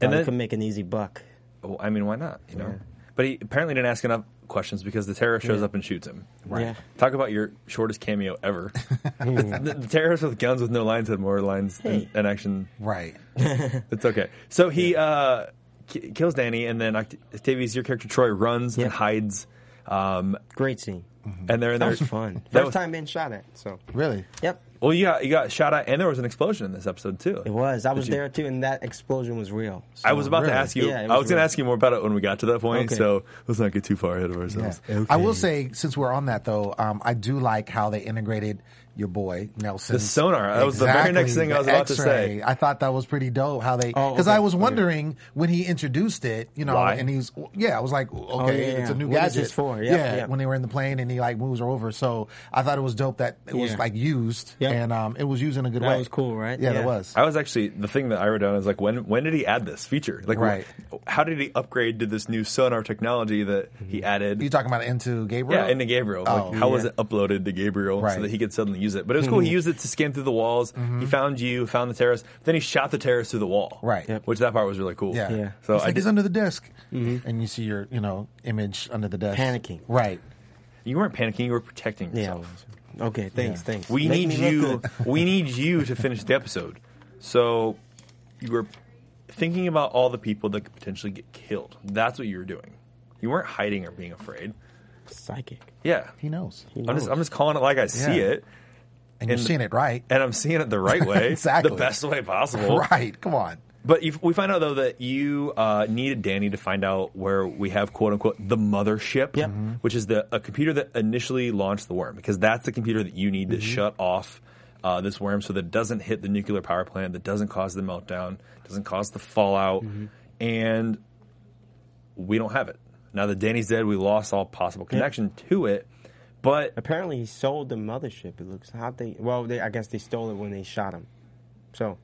And they could make an easy buck.
Well, I mean, why not? You know. But he apparently didn't ask enough questions because the terrorist shows
Yeah.
up and shoots him.
Right. Yeah.
Talk about your shortest cameo
<laughs>
ever. <laughs> the, the terrorist with guns with no lines had more lines in, in action.
Right.
it's okay. So he uh, ki- kills Danny, and then Oct- Octavius, your character Troy, runs and hides. Um,
Great scene.
And they're in
That
there.
was fun.
Mhm. <laughs> That
First
was-
time being shot at. So
Really?
Yep.
Well, you got you got shot at, and there was an explosion in this episode too. It
was. I was there too, and that explosion was real.
I was
So-
about to
Really?
ask you.
Yeah, it
I was going to
real.
ask you more about it when we got to that point.
Okay.
So let's not get too far ahead of
Yeah.
ourselves.
I will say, since we're on that though, um, I do like how they integrated your boy Nelson.
The sonar. That was the very next thing I was about to say.
I thought that was pretty dope how they because
Oh, okay.
I was wondering when he introduced it, you know,
Why? Oh,
and he was yeah, I was like, okay,
yeah,
it's a new
yeah. What is
gadget
this for? Yeah,
Yeah,
yeah.
when they were in the plane and he like moves her over. So I thought it was dope that it was
Yeah.
like used and um, it was used in a good
That
way.
was cool, right?
Yeah,
Yeah.
that was.
I was actually the thing that I wrote down is like when when did he add this feature? Like
Right.
wh- how did he upgrade to this new sonar technology that
Mm-hmm.
he added?
You talking about into Gabriel?
Yeah, into Gabriel.
Oh.
like, how was
Yeah.
it uploaded to Gabriel so
Right. Hmm. Mm-hmm.
that he could suddenly use it? But it was cool. he used it to scan through the walls. He found you, found the terrorist. Then he shot the terrorist through the wall. Right. Which that part was really cool.
Yeah.
So
he's,
I Mm-hmm.
like,
did,
he's under the desk, and you see your you know image under the desk,
Panicking.
Right.
you weren't panicking. You were protecting yourself.
Okay. Thanks. Thanks.
We
Make
need
me look
you. we need you to finish the episode. So you were thinking about all the people that could potentially get killed. That's what you were doing. You weren't hiding or being afraid.
Psychic.
Yeah.
He knows.
I'm just, I'm just calling it like I see
Yeah.
it.
And you're seeing
<laughs>
it right.
And I'm seeing it the right way.
<laughs> Exactly.
The best way possible.
<laughs> Right. Come on.
But you, we find out though that you uh, needed Danny to find out where we have quote unquote the mothership, which is the a computer that initially launched the worm, because that's the computer that you need to shut off uh, this worm so that it doesn't hit the nuclear power plant, that doesn't cause the meltdown, doesn't cause the fallout, and we don't have it now that Danny's dead. We lost all possible connection to it, but
apparently he sold the mothership. It looks how they well, they, I guess they stole it when they shot him. So,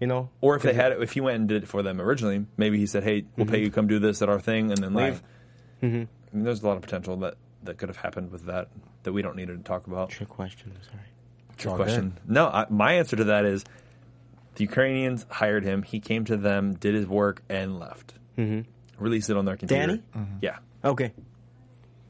you know,
or if they had it, if he went and did it for them originally, maybe he said, "Hey, we'll pay you, come do this at our thing, and then
Mm-hmm. Right. Mm-hmm.
leave." I mean, there's a lot of potential that that could have happened with that that we don't need to talk about.
Trick question. Sorry.
Trick question. No, I, my answer to that is the Ukrainians hired him. He came to them, did his work, and left.
Mm-hmm.
Released it on their computer.
Danny?
Yeah.
Okay. <laughs>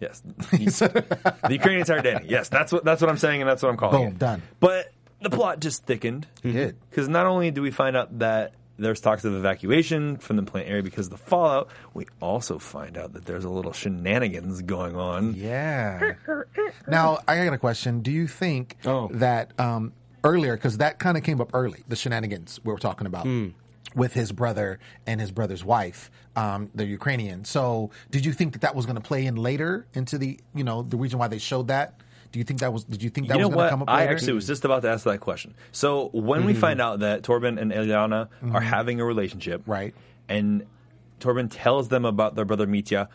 Yes. the Ukrainians hired Danny. Yes, that's what that's what I'm saying, and that's what I'm calling.
Boom,
it.
done.
But the plot just thickened.
Mm-hmm.
It
did.
Because not only do we find out that there's talks of evacuation from the plant area because of the fallout, we also find out that there's a little shenanigans going on.
Yeah. now I got a question. Do you
Oh. Mm.
think that um, earlier because that kind of came up early, the shenanigans we were talking about? with his brother and his brother's wife. Um, they're Ukrainian. So, did you think that that was going to play in later into the you know the reason why they showed that? Do you think that was? Did you think that
you know
was going to
what?
come up?
I
later?
actually was just about to ask that question. So when we
Mhm.
find out that Torben and Eliana are
Mhm.
having a relationship,
right?
And Torben tells them about their brother Mitya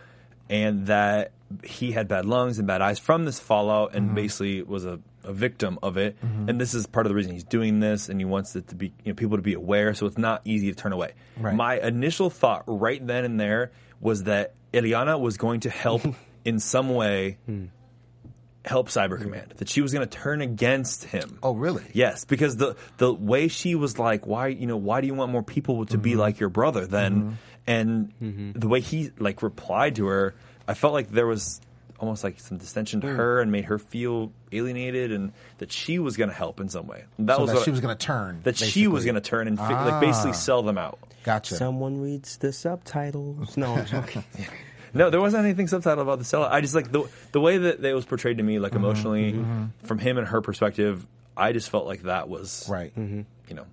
and that he had bad lungs and bad eyes from this fallout, and
Mm-hmm.
Mhm.
basically was a, a victim of it.
Mhm.
And this is part of the reason he's doing this, and he wants it to be you know, people to be aware, so it's not easy to turn away.
Right.
My initial thought right then and there was that Eliana was going to
<laughs>
help in some way help Cyber Command. That she was going to turn against him.
Oh, really?
Yes, because the the way she was like, why you know why do you want more people to
Mm-hmm.
be like your brother? Then
Mhm.
and the way he like replied to her, I felt like there was almost like some dissension to
Mm.
her and made her feel alienated and that she was going to help in some way. That
So
was
that
what-
she was gonna turn,
That she was
basically.
going to turn and fi- like basically
Ah.
sell them out.
Gotcha.
Someone reads the subtitles. No,
<laughs>
I'm joking.
No, there wasn't anything subtitled about the sellout. I just like the the way that it was portrayed to me, like emotionally,
mhm.
from him and her perspective. I just felt like that was
right.
Mm-hmm.
You know,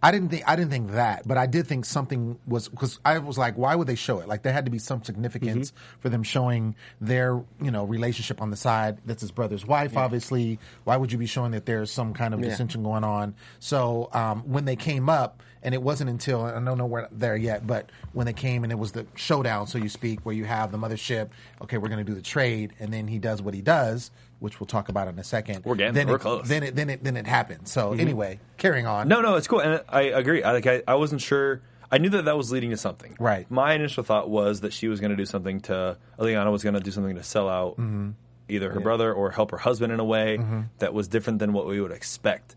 I didn't think I didn't think that, but I did think something was because I was like, why would they show it? Like there had to be some significance
Mm-hmm.
for them showing their you know relationship on the side. That's his brother's wife,
Yeah.
obviously. Why would you be showing that there's some kind of
Yeah.
dissension going on? So um, when they came up, and it wasn't until and I don't know we're not there yet, but when they came and it was the showdown, so you speak, where you have the mothership. Okay, we're going to do the trade, and then he does what he does, which we'll talk about in a second. We're
getting-
then
we're
it,
close.
Then it then it then it happened. So
Mhm.
anyway, carrying on.
no, no, it's cool, and I agree. I like I, I wasn't sure. I knew that that was leading to something. Right. My initial thought was that she was going to do something to Eliana was going to do something to sell out
Mhm.
either her
Yeah.
brother or help her husband in a way
Mhm.
that was different than what we would expect.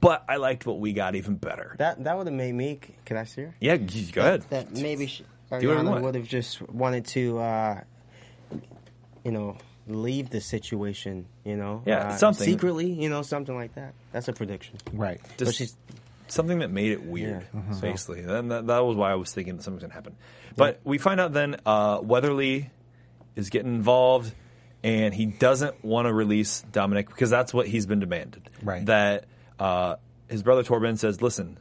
But I liked what we got even better.
That that would have made me. Can I see her?
Yeah, g- go ahead.
That maybe she,
Do whatever you
Ariana
want.
would have just wanted to, uh, you know, leave the situation. You know,
Yeah,
uh,
something.
secretly. You know, something like that. That's a prediction.
Right.
But
Just
she's-
something that made it weird,
Yeah. Mhm.
basically. And that, that was why I was thinking that something's going to happen. But we find out then uh, Weatherly is getting involved, and he doesn't want to release Dominic because that's what he's been demanded. Right. That uh, his brother Torben says, listen,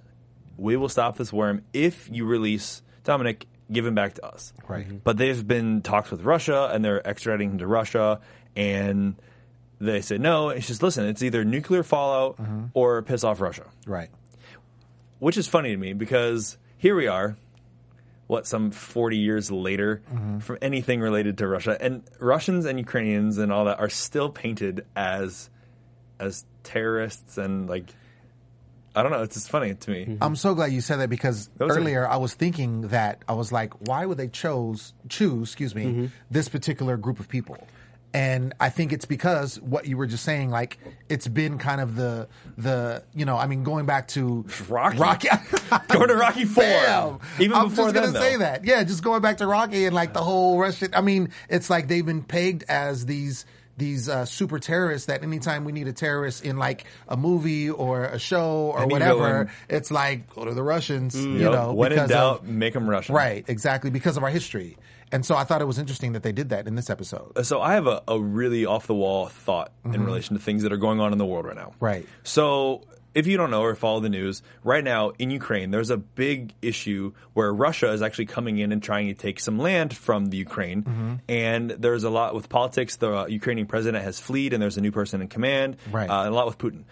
we will stop this worm if you release Dominic, give him back to us.
Right.
But they've been talks with Russia and they're extraditing him to Russia. And they said, no, it's just, listen, it's either nuclear fallout or piss off Russia.
Right.
Which is funny to me because here we are, what, some 40 years later
Mm-hmm.
Mhm.
from anything related to Russia. And Russians and Ukrainians and all that are still painted as as terrorists and like, I don't know. It's just funny to me.
I'm so glad you said that because
That was
earlier I was thinking that I was like, why would they chose choose, excuse me,
Mm-hmm.
this particular group of people? And I think it's because what you were just saying, like it's been kind of the the you know, I mean, going back to
<laughs>
Rocky, Rocky
going to Rocky Four,
Bam!
even
I'm
before
just gonna
then, though.
say that, yeah, just going back to Rocky and like the whole Russian. I mean, it's like they've been pegged as these these uh, super terrorists that anytime we need a terrorist in like a movie or a show or
Any
whatever,
villain.
it's like go to the Russians, you
Yep.
know,
Mm. when in
because
doubt,
of-
make them Russian.
right, exactly, because of our history. And so I thought it was interesting that they did that in this episode.
So I have a, a really off the wall thought in
Mhm.
relation to things that are going on in the world right now.
Right.
So if you don't know or follow the news, right now in Ukraine, there's a big issue where Russia is actually coming in and trying to take some land from the Ukraine.
Mhm.
And there's a lot with politics. The uh, Ukrainian president has fled, and there's a new person in command.
Right.
Uh, and a lot with Putin.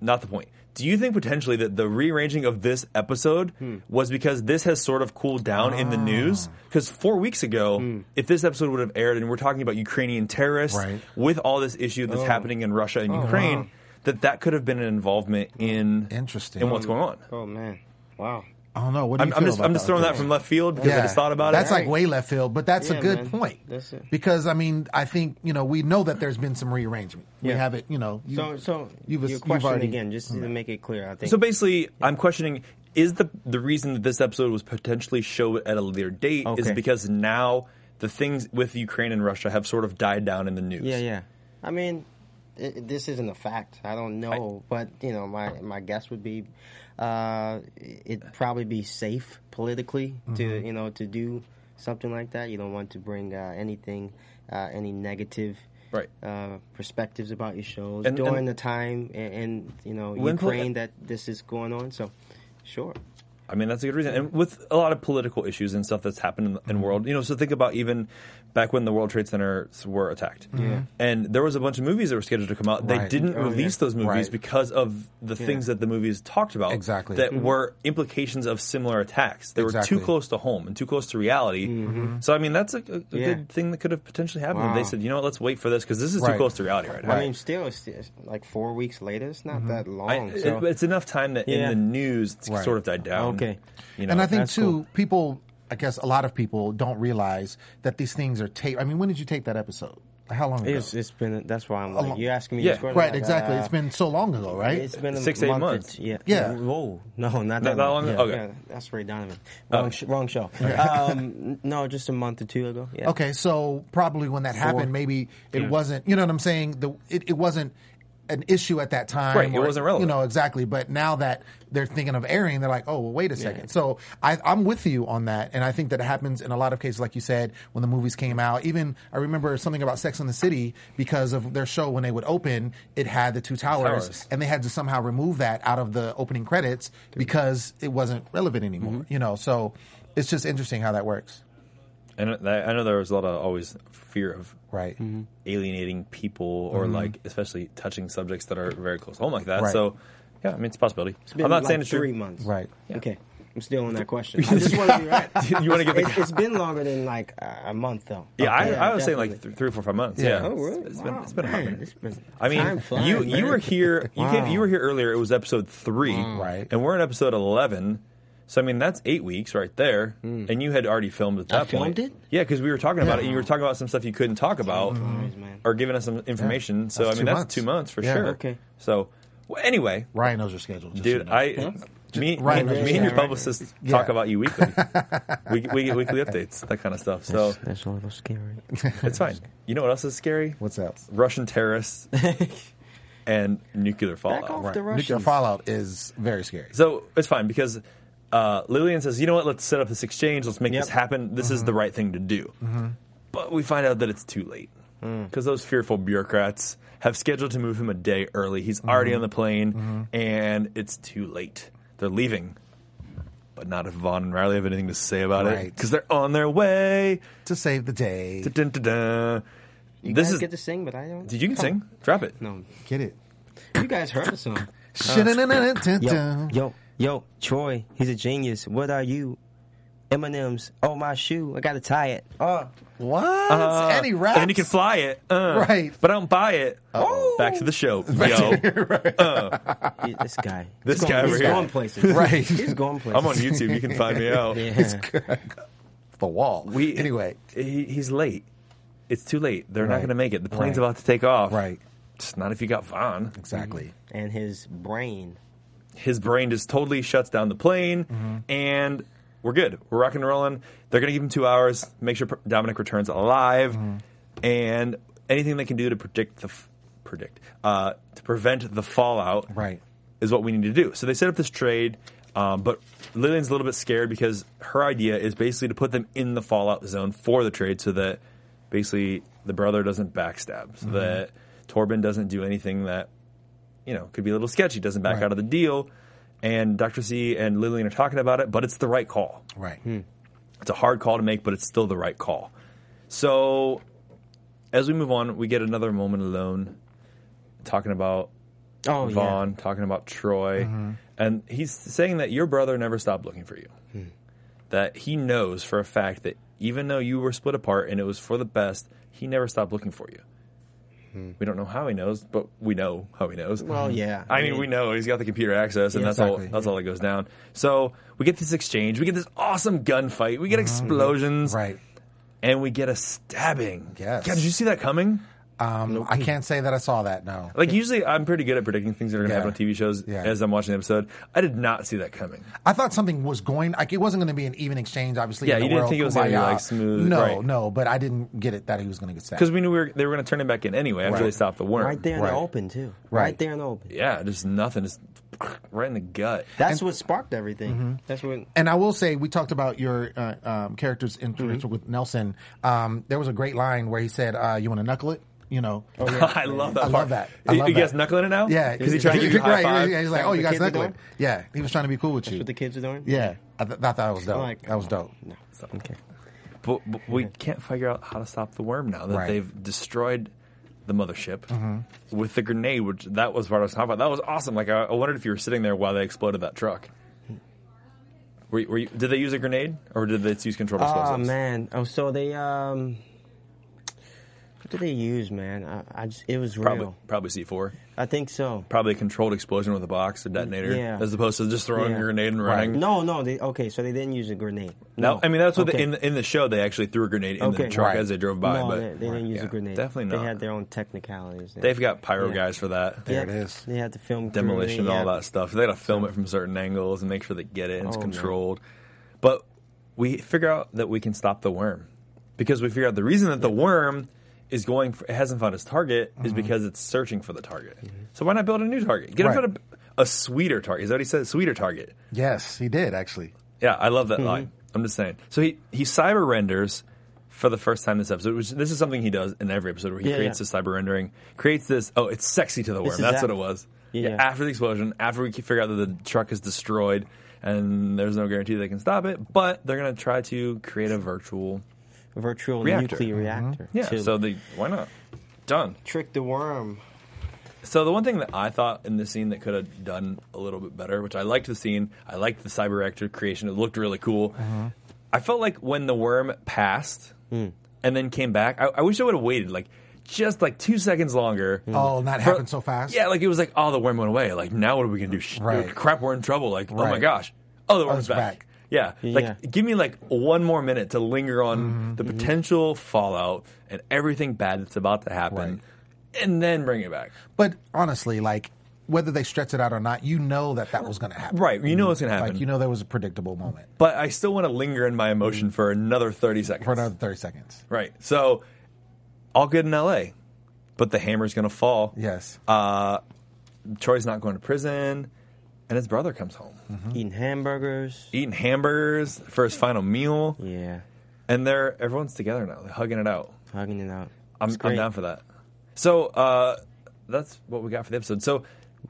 Not the point. Do you think potentially that the rearranging of this episode
Hmm.
was because this has sort of cooled down in the
Ah.
news? Because four weeks ago,
Hmm.
if this episode would have aired, and we're talking about Ukrainian terrorists
Right.
with all this issue that's
Oh.
happening in Russia and
Oh,
Ukraine,
wow.
that that could have been an involvement in
interesting
in what's going on.
Oh man, wow.
I don't know. What do
I'm,
you
I'm
feel
just
about
I'm just
that?
throwing that from left field because I just thought about
that's
it.
like way left field, but that's
Yeah,
a good
man.
point.
That's it.
Because I mean, I think you know we know that there's been some rearrangement. We have it, you know. You,
so so
you've,
your
you've
question
already-
again, just to make it clear. I think
So basically, I'm questioning is the the reason that this episode was potentially showed at a later date is
Okay.
because now the things with Ukraine and Russia have sort of died down in the news.
Yeah, yeah. I mean, i this isn't a fact. I don't know, but you know, my my guess would be, uh, it'd probably be safe politically to
Mhm.
you know to do something like that. You don't want to bring uh, anything, uh, any negative.
Right.
Uh, perspectives about your shows
And-
during
and-
the time and, and you know
When poli-
Ukraine that this is going on. So, sure.
I mean, that's a good reason. And with a lot of political issues and stuff that's happened in the in world, you know, so think about even back when the World Trade Centers were attacked.
Yeah.
And there was a bunch of movies that were scheduled to come out. They
Right.
didn't
Oh, yeah.
release those movies
Right.
because of the
Yeah.
things that the movies talked about. Exactly. That
Mhm.
were implications of similar attacks. They were
Exactly.
too close to home and too close to reality. So, I mean, that's a, a, a
Yeah.
good thing that could have potentially happened.
Wow.
They said, you know what, let's wait for this because this is too
Right.
close to reality right now.
I mean, still, it's it's like four weeks later. It's not that
I-
long.
it-
so.
it's enough time that in
Yeah.
the news it's
Right.
sort of died down.
Okay.
You know,
and I think
that's
too,
cool.
people, I guess a lot of people don't realize that these things are taped. I mean, when did you tape that episode? How long ago?
It's, it's been that's why I'm
A
like
long-
you asking me
Yeah.
this question,
Right,
like,
exactly.
uh,
It's been so long ago, right?
It's been a
Six, eight
month or
months.
two- Yeah,
Yeah.
Whoa, no, not
Not that
that long.
long?
Yeah,
Okay.
yeah, that's Ray Donovan.
Oh.
Wrong, sh- wrong show.
Okay.
um, no, just a month or two ago. Yeah.
Okay, so probably when that
Four.
happened, maybe it
Yeah.
wasn't. You know what I'm saying? The it, it wasn't an issue at that time.
Right, it wasn't relevant.
You know exactly. But now that they're thinking of airing, they're like, oh, well, wait a
Yeah.
second. So I, I'm with you on that, and I think that it happens in a lot of cases, like you said, when the movies came out. Even I remember something about Sex in the City because of their show when they would open, it had the two towers,
Towers.
and they had to somehow remove that out of the opening credits because it wasn't relevant anymore.
Mm-hmm.
You know, so it's just interesting how that works.
And I I know there was a lot of always fear of
right
Mm-hmm. alienating people or
Mhm.
like especially touching subjects that are very close to home like that.
Mm-hmm. Right.
So yeah, I mean it's a possibility.
It's been
I'm not
like
saying it's
three
true.
months.
Right.
Okay. I'm still on
<laughs>
that question. I just want to be
<laughs>
right.
You wanna get the-
It's- it's been longer than like a a month though.
Yeah,
Okay,
I, I was saying
definitely.
like th- three or four, five months.
Yeah.
Yeah,
Oh, really?
It's- it's been
Wow,
it's been a hot
man,
minute.
it's been-
I mean,
Time flies,
you you
man.
were here. You came,
Wow. Mm.
you were here earlier. It was episode three,
right?
And we're in episode eleven. So I mean, that's eight weeks right there. And you had already filmed at
Mm. I
that point.
filmed it?
Yeah, because we were talking about it. and You were
Yeah.
talking about some stuff you couldn't talk about, or giving us some information. So I
That's
mean,
two
that's
months.
two months for
Yeah.
sure.
Okay.
So well, anyway,
Ryan knows your schedule, just so
dude.
you know.
I. Me,
Ryan knows
me,
your
and your
schedule.
publicist
Yeah.
talk about you
<laughs>
weekly. we, we get weekly updates, that kind of stuff. So
That's- that's a little scary.
it's fine. You know what else is scary?
What's else?
Russian
<laughs>
terrorists and nuclear fallout.
Nuclear fallout is very scary.
So it's fine because uh, Lillian says, you know what? Let's set up this exchange. Let's make this happen. This is the right thing to do. But we find out that it's too late
Mm.
because those fearful bureaucrats have scheduled to move him a day early. He's already
Mhm.
on the plane, and it's too late. They're leaving. But not if Vaughn and Riley have anything to say about it
Right.
because they're on their way
to save the day.
Da-dun-da-dun.
You
This
guys
is
get to sing, but I don't.
Dude, you can sing. Drop it.
No,
get it.
You guys heard the song.
Sha-da-da-da-da-da.
yo, yo, yo, Troy, he's a genius. What are you? M&M's. Oh, my shoe. I got to tie it. Oh.
What?
Uh, And you can fly it. Uh,
Right. Oh.
But I don't buy it. Back to the show. Yo. Uh,
this guy.
<laughs> this
He's
guy
going-
over
he's
here.
going places. Right. He's going places.
I'm on YouTube. You can find me out. <laughs>
Yeah. He's
the wall.
We,
anyway.
He, he's late. It's too late. They're not
Right.
going to make it. The plane's
Right.
about to take off.
Right.
Just not if you got Vaughn.
Exactly.
And his brain.
His brain just totally shuts down the plane, and we're good. We're rocking and rolling. They're going to give him two hours, make sure Dominic returns alive, and anything they can do to predict the f- predict uh, to prevent the fallout
right.
is what we need to do. So they set up this trade, um, but Lillian's a little bit scared because her idea is basically to put them in the fallout zone for the trade, so that basically the brother doesn't backstab, so
Mhm.
that Torben doesn't do anything that you know could be a little sketchy, doesn't back
Right.
out of the deal. And Dr. C and Lillian are talking about it, but it's the right call.
Right.
It's a hard call to make, but it's still the right call. So as we move on, we get another moment alone talking about
Oh, yeah.
Vaughn, talking about Troy.
Mhm.
And he's saying that your brother never stopped looking for you. That he knows for a fact that even though you were split apart and it was for the best, he never stopped looking for you. We don't know how he knows, but we know how he knows.
Well, yeah.
I mean, we know he's got the computer access, and
Yeah,
that's
exactly.
all. That's all that goes down. So we get this exchange. We get this awesome gunfight. We get
Mm-hmm.
explosions.
Right.
And we get a stabbing.
Yes.
God, did you see that coming?
Um, I can't say that I saw that. No.
Like usually, I'm pretty good at predicting things that are going to
Yeah.
happen on TV shows as I'm watching the episode. I did not see that coming.
I thought something was going like it wasn't going to be an even exchange. Obviously,
Yeah,
in the
you didn't
world,
think it was gonna be,
kumbaya.
like, smooth,
No,
right.
no, but I didn't get it that he was going to get
Because
stabbed.
we knew we were, they were going to turn it back in anyway after
Right.
they stopped the worm.
Right there in the open, too. Right,
Right.
there in the open.
Yeah, just nothing. Just <laughs> right in the gut.
That's what sparked everything.
Mm-hmm.
That's what.
And I will say, we talked about your uh,
Mm-hmm.
um, character's interaction with Nelson. Um, there was a great line where he said, uh, "You want to knuckle it?" you know.
<laughs> I love that
I
part.
love that. I
You-
love
you
that.
guys knuckling it now?
<laughs> Yeah,
Oh, Is he trying to give you a high
<laughs> right,
five?
Yeah, he's like,
That's
"Oh,
what
you
the
guys
kids are
knuckling."
doing?
Yeah, he was trying to be cool with you. That's what
the kids are doing.
Yeah, I, th- I thought that was dope.
Like-
that was dope.
Okay. But, but we can't figure out how to stop the worm now that
Right.
they've destroyed the mothership
Mhm.
with the grenade, which that was what I was talking about. That was awesome. Like I, I wondered if you were sitting there while they exploded that truck. Were, you- were you, did they use a grenade or did they use controlled
Oh
Um,
explosives?
man! Oh, so they um, what did they use, man? I, I just it was
Probably,
real.
probably C4.
I think so.
Probably a controlled explosion with a box, a detonator,
Yeah.
as opposed to just throwing
Yeah.
a grenade and
Right.
running.
No, no. They, okay, so they didn't use a grenade.
No, I mean that's what
Okay.
the, in in the show they actually threw a grenade in the
Okay.
truck
Right.
as they drove by,
No,
but
they, they didn't use a grenade.
Definitely
They
not.
had their own technicalities. there.
They've got pyro
Yeah.
guys for that.
There Yeah, it is. They had to film crew,
demolition,
they
all
had-
that stuff. They got to film it from certain angles and make sure they get it and it's
Oh, man.
controlled. But we figure out that we can stop the worm because we figure out the reason that the worm is going for, it hasn't found its target is because it's searching for the target. So why not build a new target? Get
Right.
him a, a sweeter target. Is that what he said? Sweeter target.
Yes, he did actually.
Yeah, I love that line.
Mm-hmm.
I'm just saying. So he, he cyber renders for the first time this episode. Which this is something he does in every episode where he
Yeah,
creates
yeah.
this cyber rendering, creates this. Oh, it's sexy to the
This
worm.
is
That's
that-
what it was.
Yeah, yeah.
After the explosion, after we figure out that the truck is destroyed and there's no guarantee they can stop it, but they're gonna try to create a virtual
virtual
reactor.
nuclear reactor.
Yeah.
to
So they why not? Done.
Mm-hmm. trick the worm.
So the one thing that I thought in this scene that could have done a little bit better, which I liked the scene, I liked the cyber reactor creation. It looked really cool.
Uh-huh.
I felt like when the worm passed and then came back, I, I wish I would have waited like just like two seconds longer.
Oh, not
For-
happened so fast.
Yeah, like it was like, oh, the worm went away. Like now, what are we gonna do? Sh-
Right.
Crap, we're in trouble. Like, oh my
Right.
gosh, oh, the
Oh,
worm's
it's
back.
back.
Yeah, like
Yeah.
give me like one more minute to linger on
Mm-hmm.
the potential fallout and everything bad that's about to happen, and then bring it back.
But honestly, like whether they stretch it out or not, you know that that was going to happen.
Right, you know it's gonna happen.
Mm. Like you know there was a predictable moment
But I still want to linger in my emotion for another thirty seconds.
for another thirty seconds.
Right. So, all good in L.A., but the hammer's going to fall.
Yes.
Uh, Troy's not going to prison, and his brother comes home.
Eating hamburgers.
Eating hamburgers for his final meal.
Yeah.
And they're everyone's together now. They're hugging it out.
Hugging it out.
I'm,
It's
I'm
great.
down for that. So uh, that's what we got for the episode. So,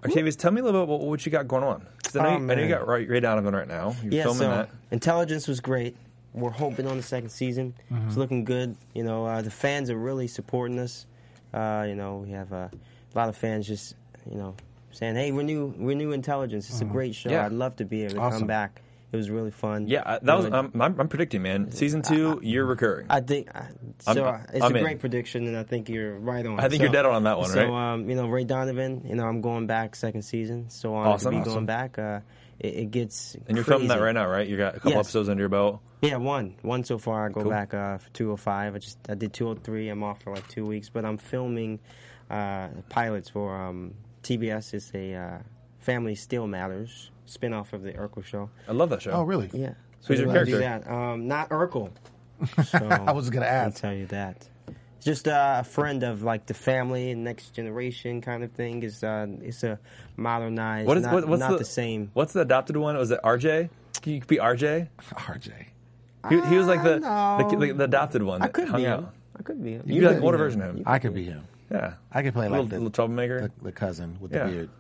Octavius, tell me a little bit about what you got going on. 'Cause I know,
Oh,
you, I know you
man.
got Ray, Ray Donovan right now. You're
yeah,
filming
so
that.
Intelligence was great. We're hoping on the second season. It's
Mhm.
looking good. You know, uh, the fans are really supporting us. Uh, you know, we have uh, a lot of fans just, you know, saying, "Hey, renew, renew Intelligence. It's a great show.
Yeah.
I'd love to be able to
Awesome.
come back. It was really fun."
Yeah, I- that was. um,
Really-
I'm, I'm, I'm predicting, man. Season two, you're recurring.
I think I-
I'm-
so. uh,
I'm
it's a
in.
great prediction, and I think you're right on.
I think
So-
you're dead on on that one,
so,
right?
um, you know, Ray Donovan. You know, I'm going back second season, so I'm
Awesome.
to be
Awesome.
going back. Uh, it, it gets
and you're filming that
crazy.
right now, right? You got a couple
Yes.
episodes under your belt.
Yeah, one. One so far. I go
Cool.
back uh, for 205. I just I did 203. I'm off for like two weeks, but I'm filming uh, pilots for um, TBS. It's a uh, Family Still Matters spinoff of the Urkel Show.
I love that show.
Oh, really?
Yeah.
Who's your
we're gonna do
character?
that. Um, not Urkel.
I was gonna
I'll
ask.
tell you that. Just uh, a friend of like the family and next generation kind of thing. Is uh, it's a modernized.
What is
not,
what, what's
not
the,
the same?
What's the adopted one? Was it RJ? Can you be RJ?
RJ.
He, he was like the,
Ah,
the,
no.
the the adopted one.
I
that
could
hung
be him.
out.
I could be.
You'd be like an older version of him.
I could be him.
Yeah,
I could play like
Little-
the
little troublemaker,
the, the cousin with
Yeah.
the beard.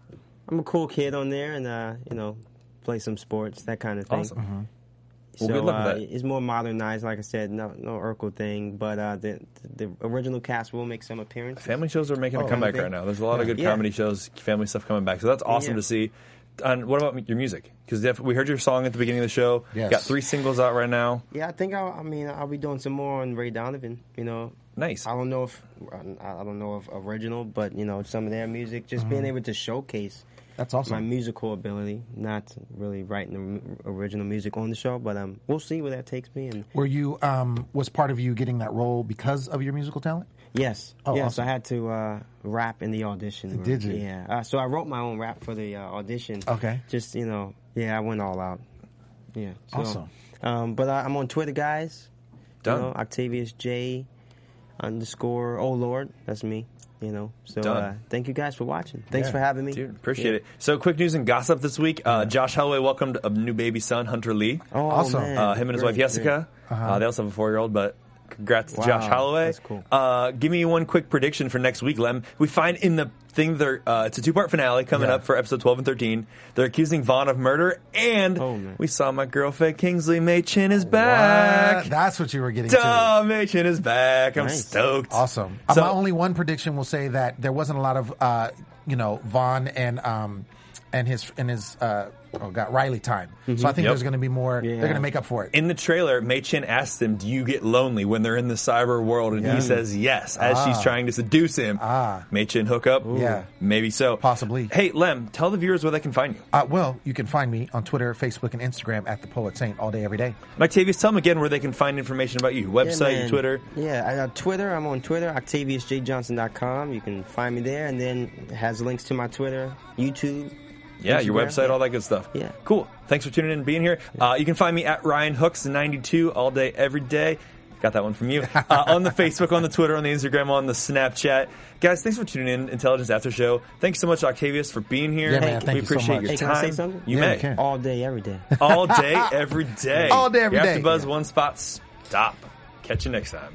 I'm a cool kid on there, and uh, you know, play some sports, that kind of thing.
Awesome. Mhm.
So
Well, good luck
uh,
with
it's more modernized, like I said, no, no Urkel thing, but uh, the the original cast will make some appearances.
Family shows are making
Oh,
a comeback
okay.
right now. There's a lot of
Yeah.
good
Yeah.
comedy shows, family stuff coming back. So that's awesome
Yeah.
to see. And what about your music? Because we heard your song at the beginning of the show.
Yes.
Got three singles out right now.
Yeah, I think I'll, I mean I'll be doing some more on Ray Donovan. You know,
nice.
I don't know if I I don't know if original, but you know some of their music, just being able to showcase
Mm-hmm. that's awesome.
my musical ability. Not really writing the original music on the show, but um, we'll see where that takes me. And
Were you um was part of you getting that role because of your musical talent?
Yes.
Oh,
yes,
awesome.
I had to uh, rap in the audition. room.
Did you?
Yeah. Uh, so I wrote my own rap for the uh, audition.
Okay.
Just you know, yeah, I went all out. Yeah. So,
Awesome.
Um, but I, I'm on Twitter, guys.
Done.
You know, Octavius J underscore Oh Lord, that's me. You know. So
Done.
uh, thank you guys for watching. Thanks
Yeah.
for having me. <laughs>
Dude, Appreciate it. So, quick news and gossip this week. Uh, Josh Holloway welcomed a new baby son, Hunter Lee.
Oh, Awesome. man.
Uh, him and his
Great,
wife Jessica.
great.
Uh, they also have a four-year-old, but Congrats
Wow,
to Josh Holloway.
that's cool.
Uh, give me one quick prediction for next week, Lem. We find in the thing there uh, it's a two part finale coming
Yeah.
up for episode twelve and thirteen. They're accusing Vaughn of murder, and we saw my girl Faye Kingsley. May Chin is back.
That's what you were getting.
Duh, May Chin is back. I'm
Nice.
stoked. Awesome.
Uh, my only one prediction will say that there wasn't a lot of, uh, you know, Vaughn and um, and his and his uh, oh god Riley time. So I think
Yep.
there's going to be more. They're going to make up for it.
In the trailer, Mei Chin asks him, Do you get lonely when they're in the cyber world? And
Yeah.
he says yes, as
Ah.
she's trying to seduce him. Ah. Mei Chin hook up?
Yeah.
Maybe so. Possibly. Hey, Lem, tell the viewers where they can find you.
Uh, well, you can find me on Twitter, Facebook, and Instagram at the Poet Saint all day, every day.
And Octavius, tell them again where they can find information about you. Website,
man.
Twitter.
Yeah, I- uh, Twitter. I'm on Twitter, octaviusjjohnson.com. You can find me there, and then it has links to my Twitter, YouTube.
Yeah, your
Instagram.
website, all that good stuff. Yeah. Cool. Thanks for tuning in and being here. Uh, you can find me at Ryan Hooks92 all day, every day. Got that one from
<laughs>
you. Uh, on the Facebook, on the Twitter, on the Instagram, on the Snapchat. Guys, thanks for tuning in. Intelligence After Show. Thanks so much, Octavius, for being here.
Hey,
we appreciate your
Hey, can
time.
I say something?
You may.
All day, every day.
All
<laughs>
day, every day.
All day, every
every day.
day.
buzz one spot. Stop. Catch you next time.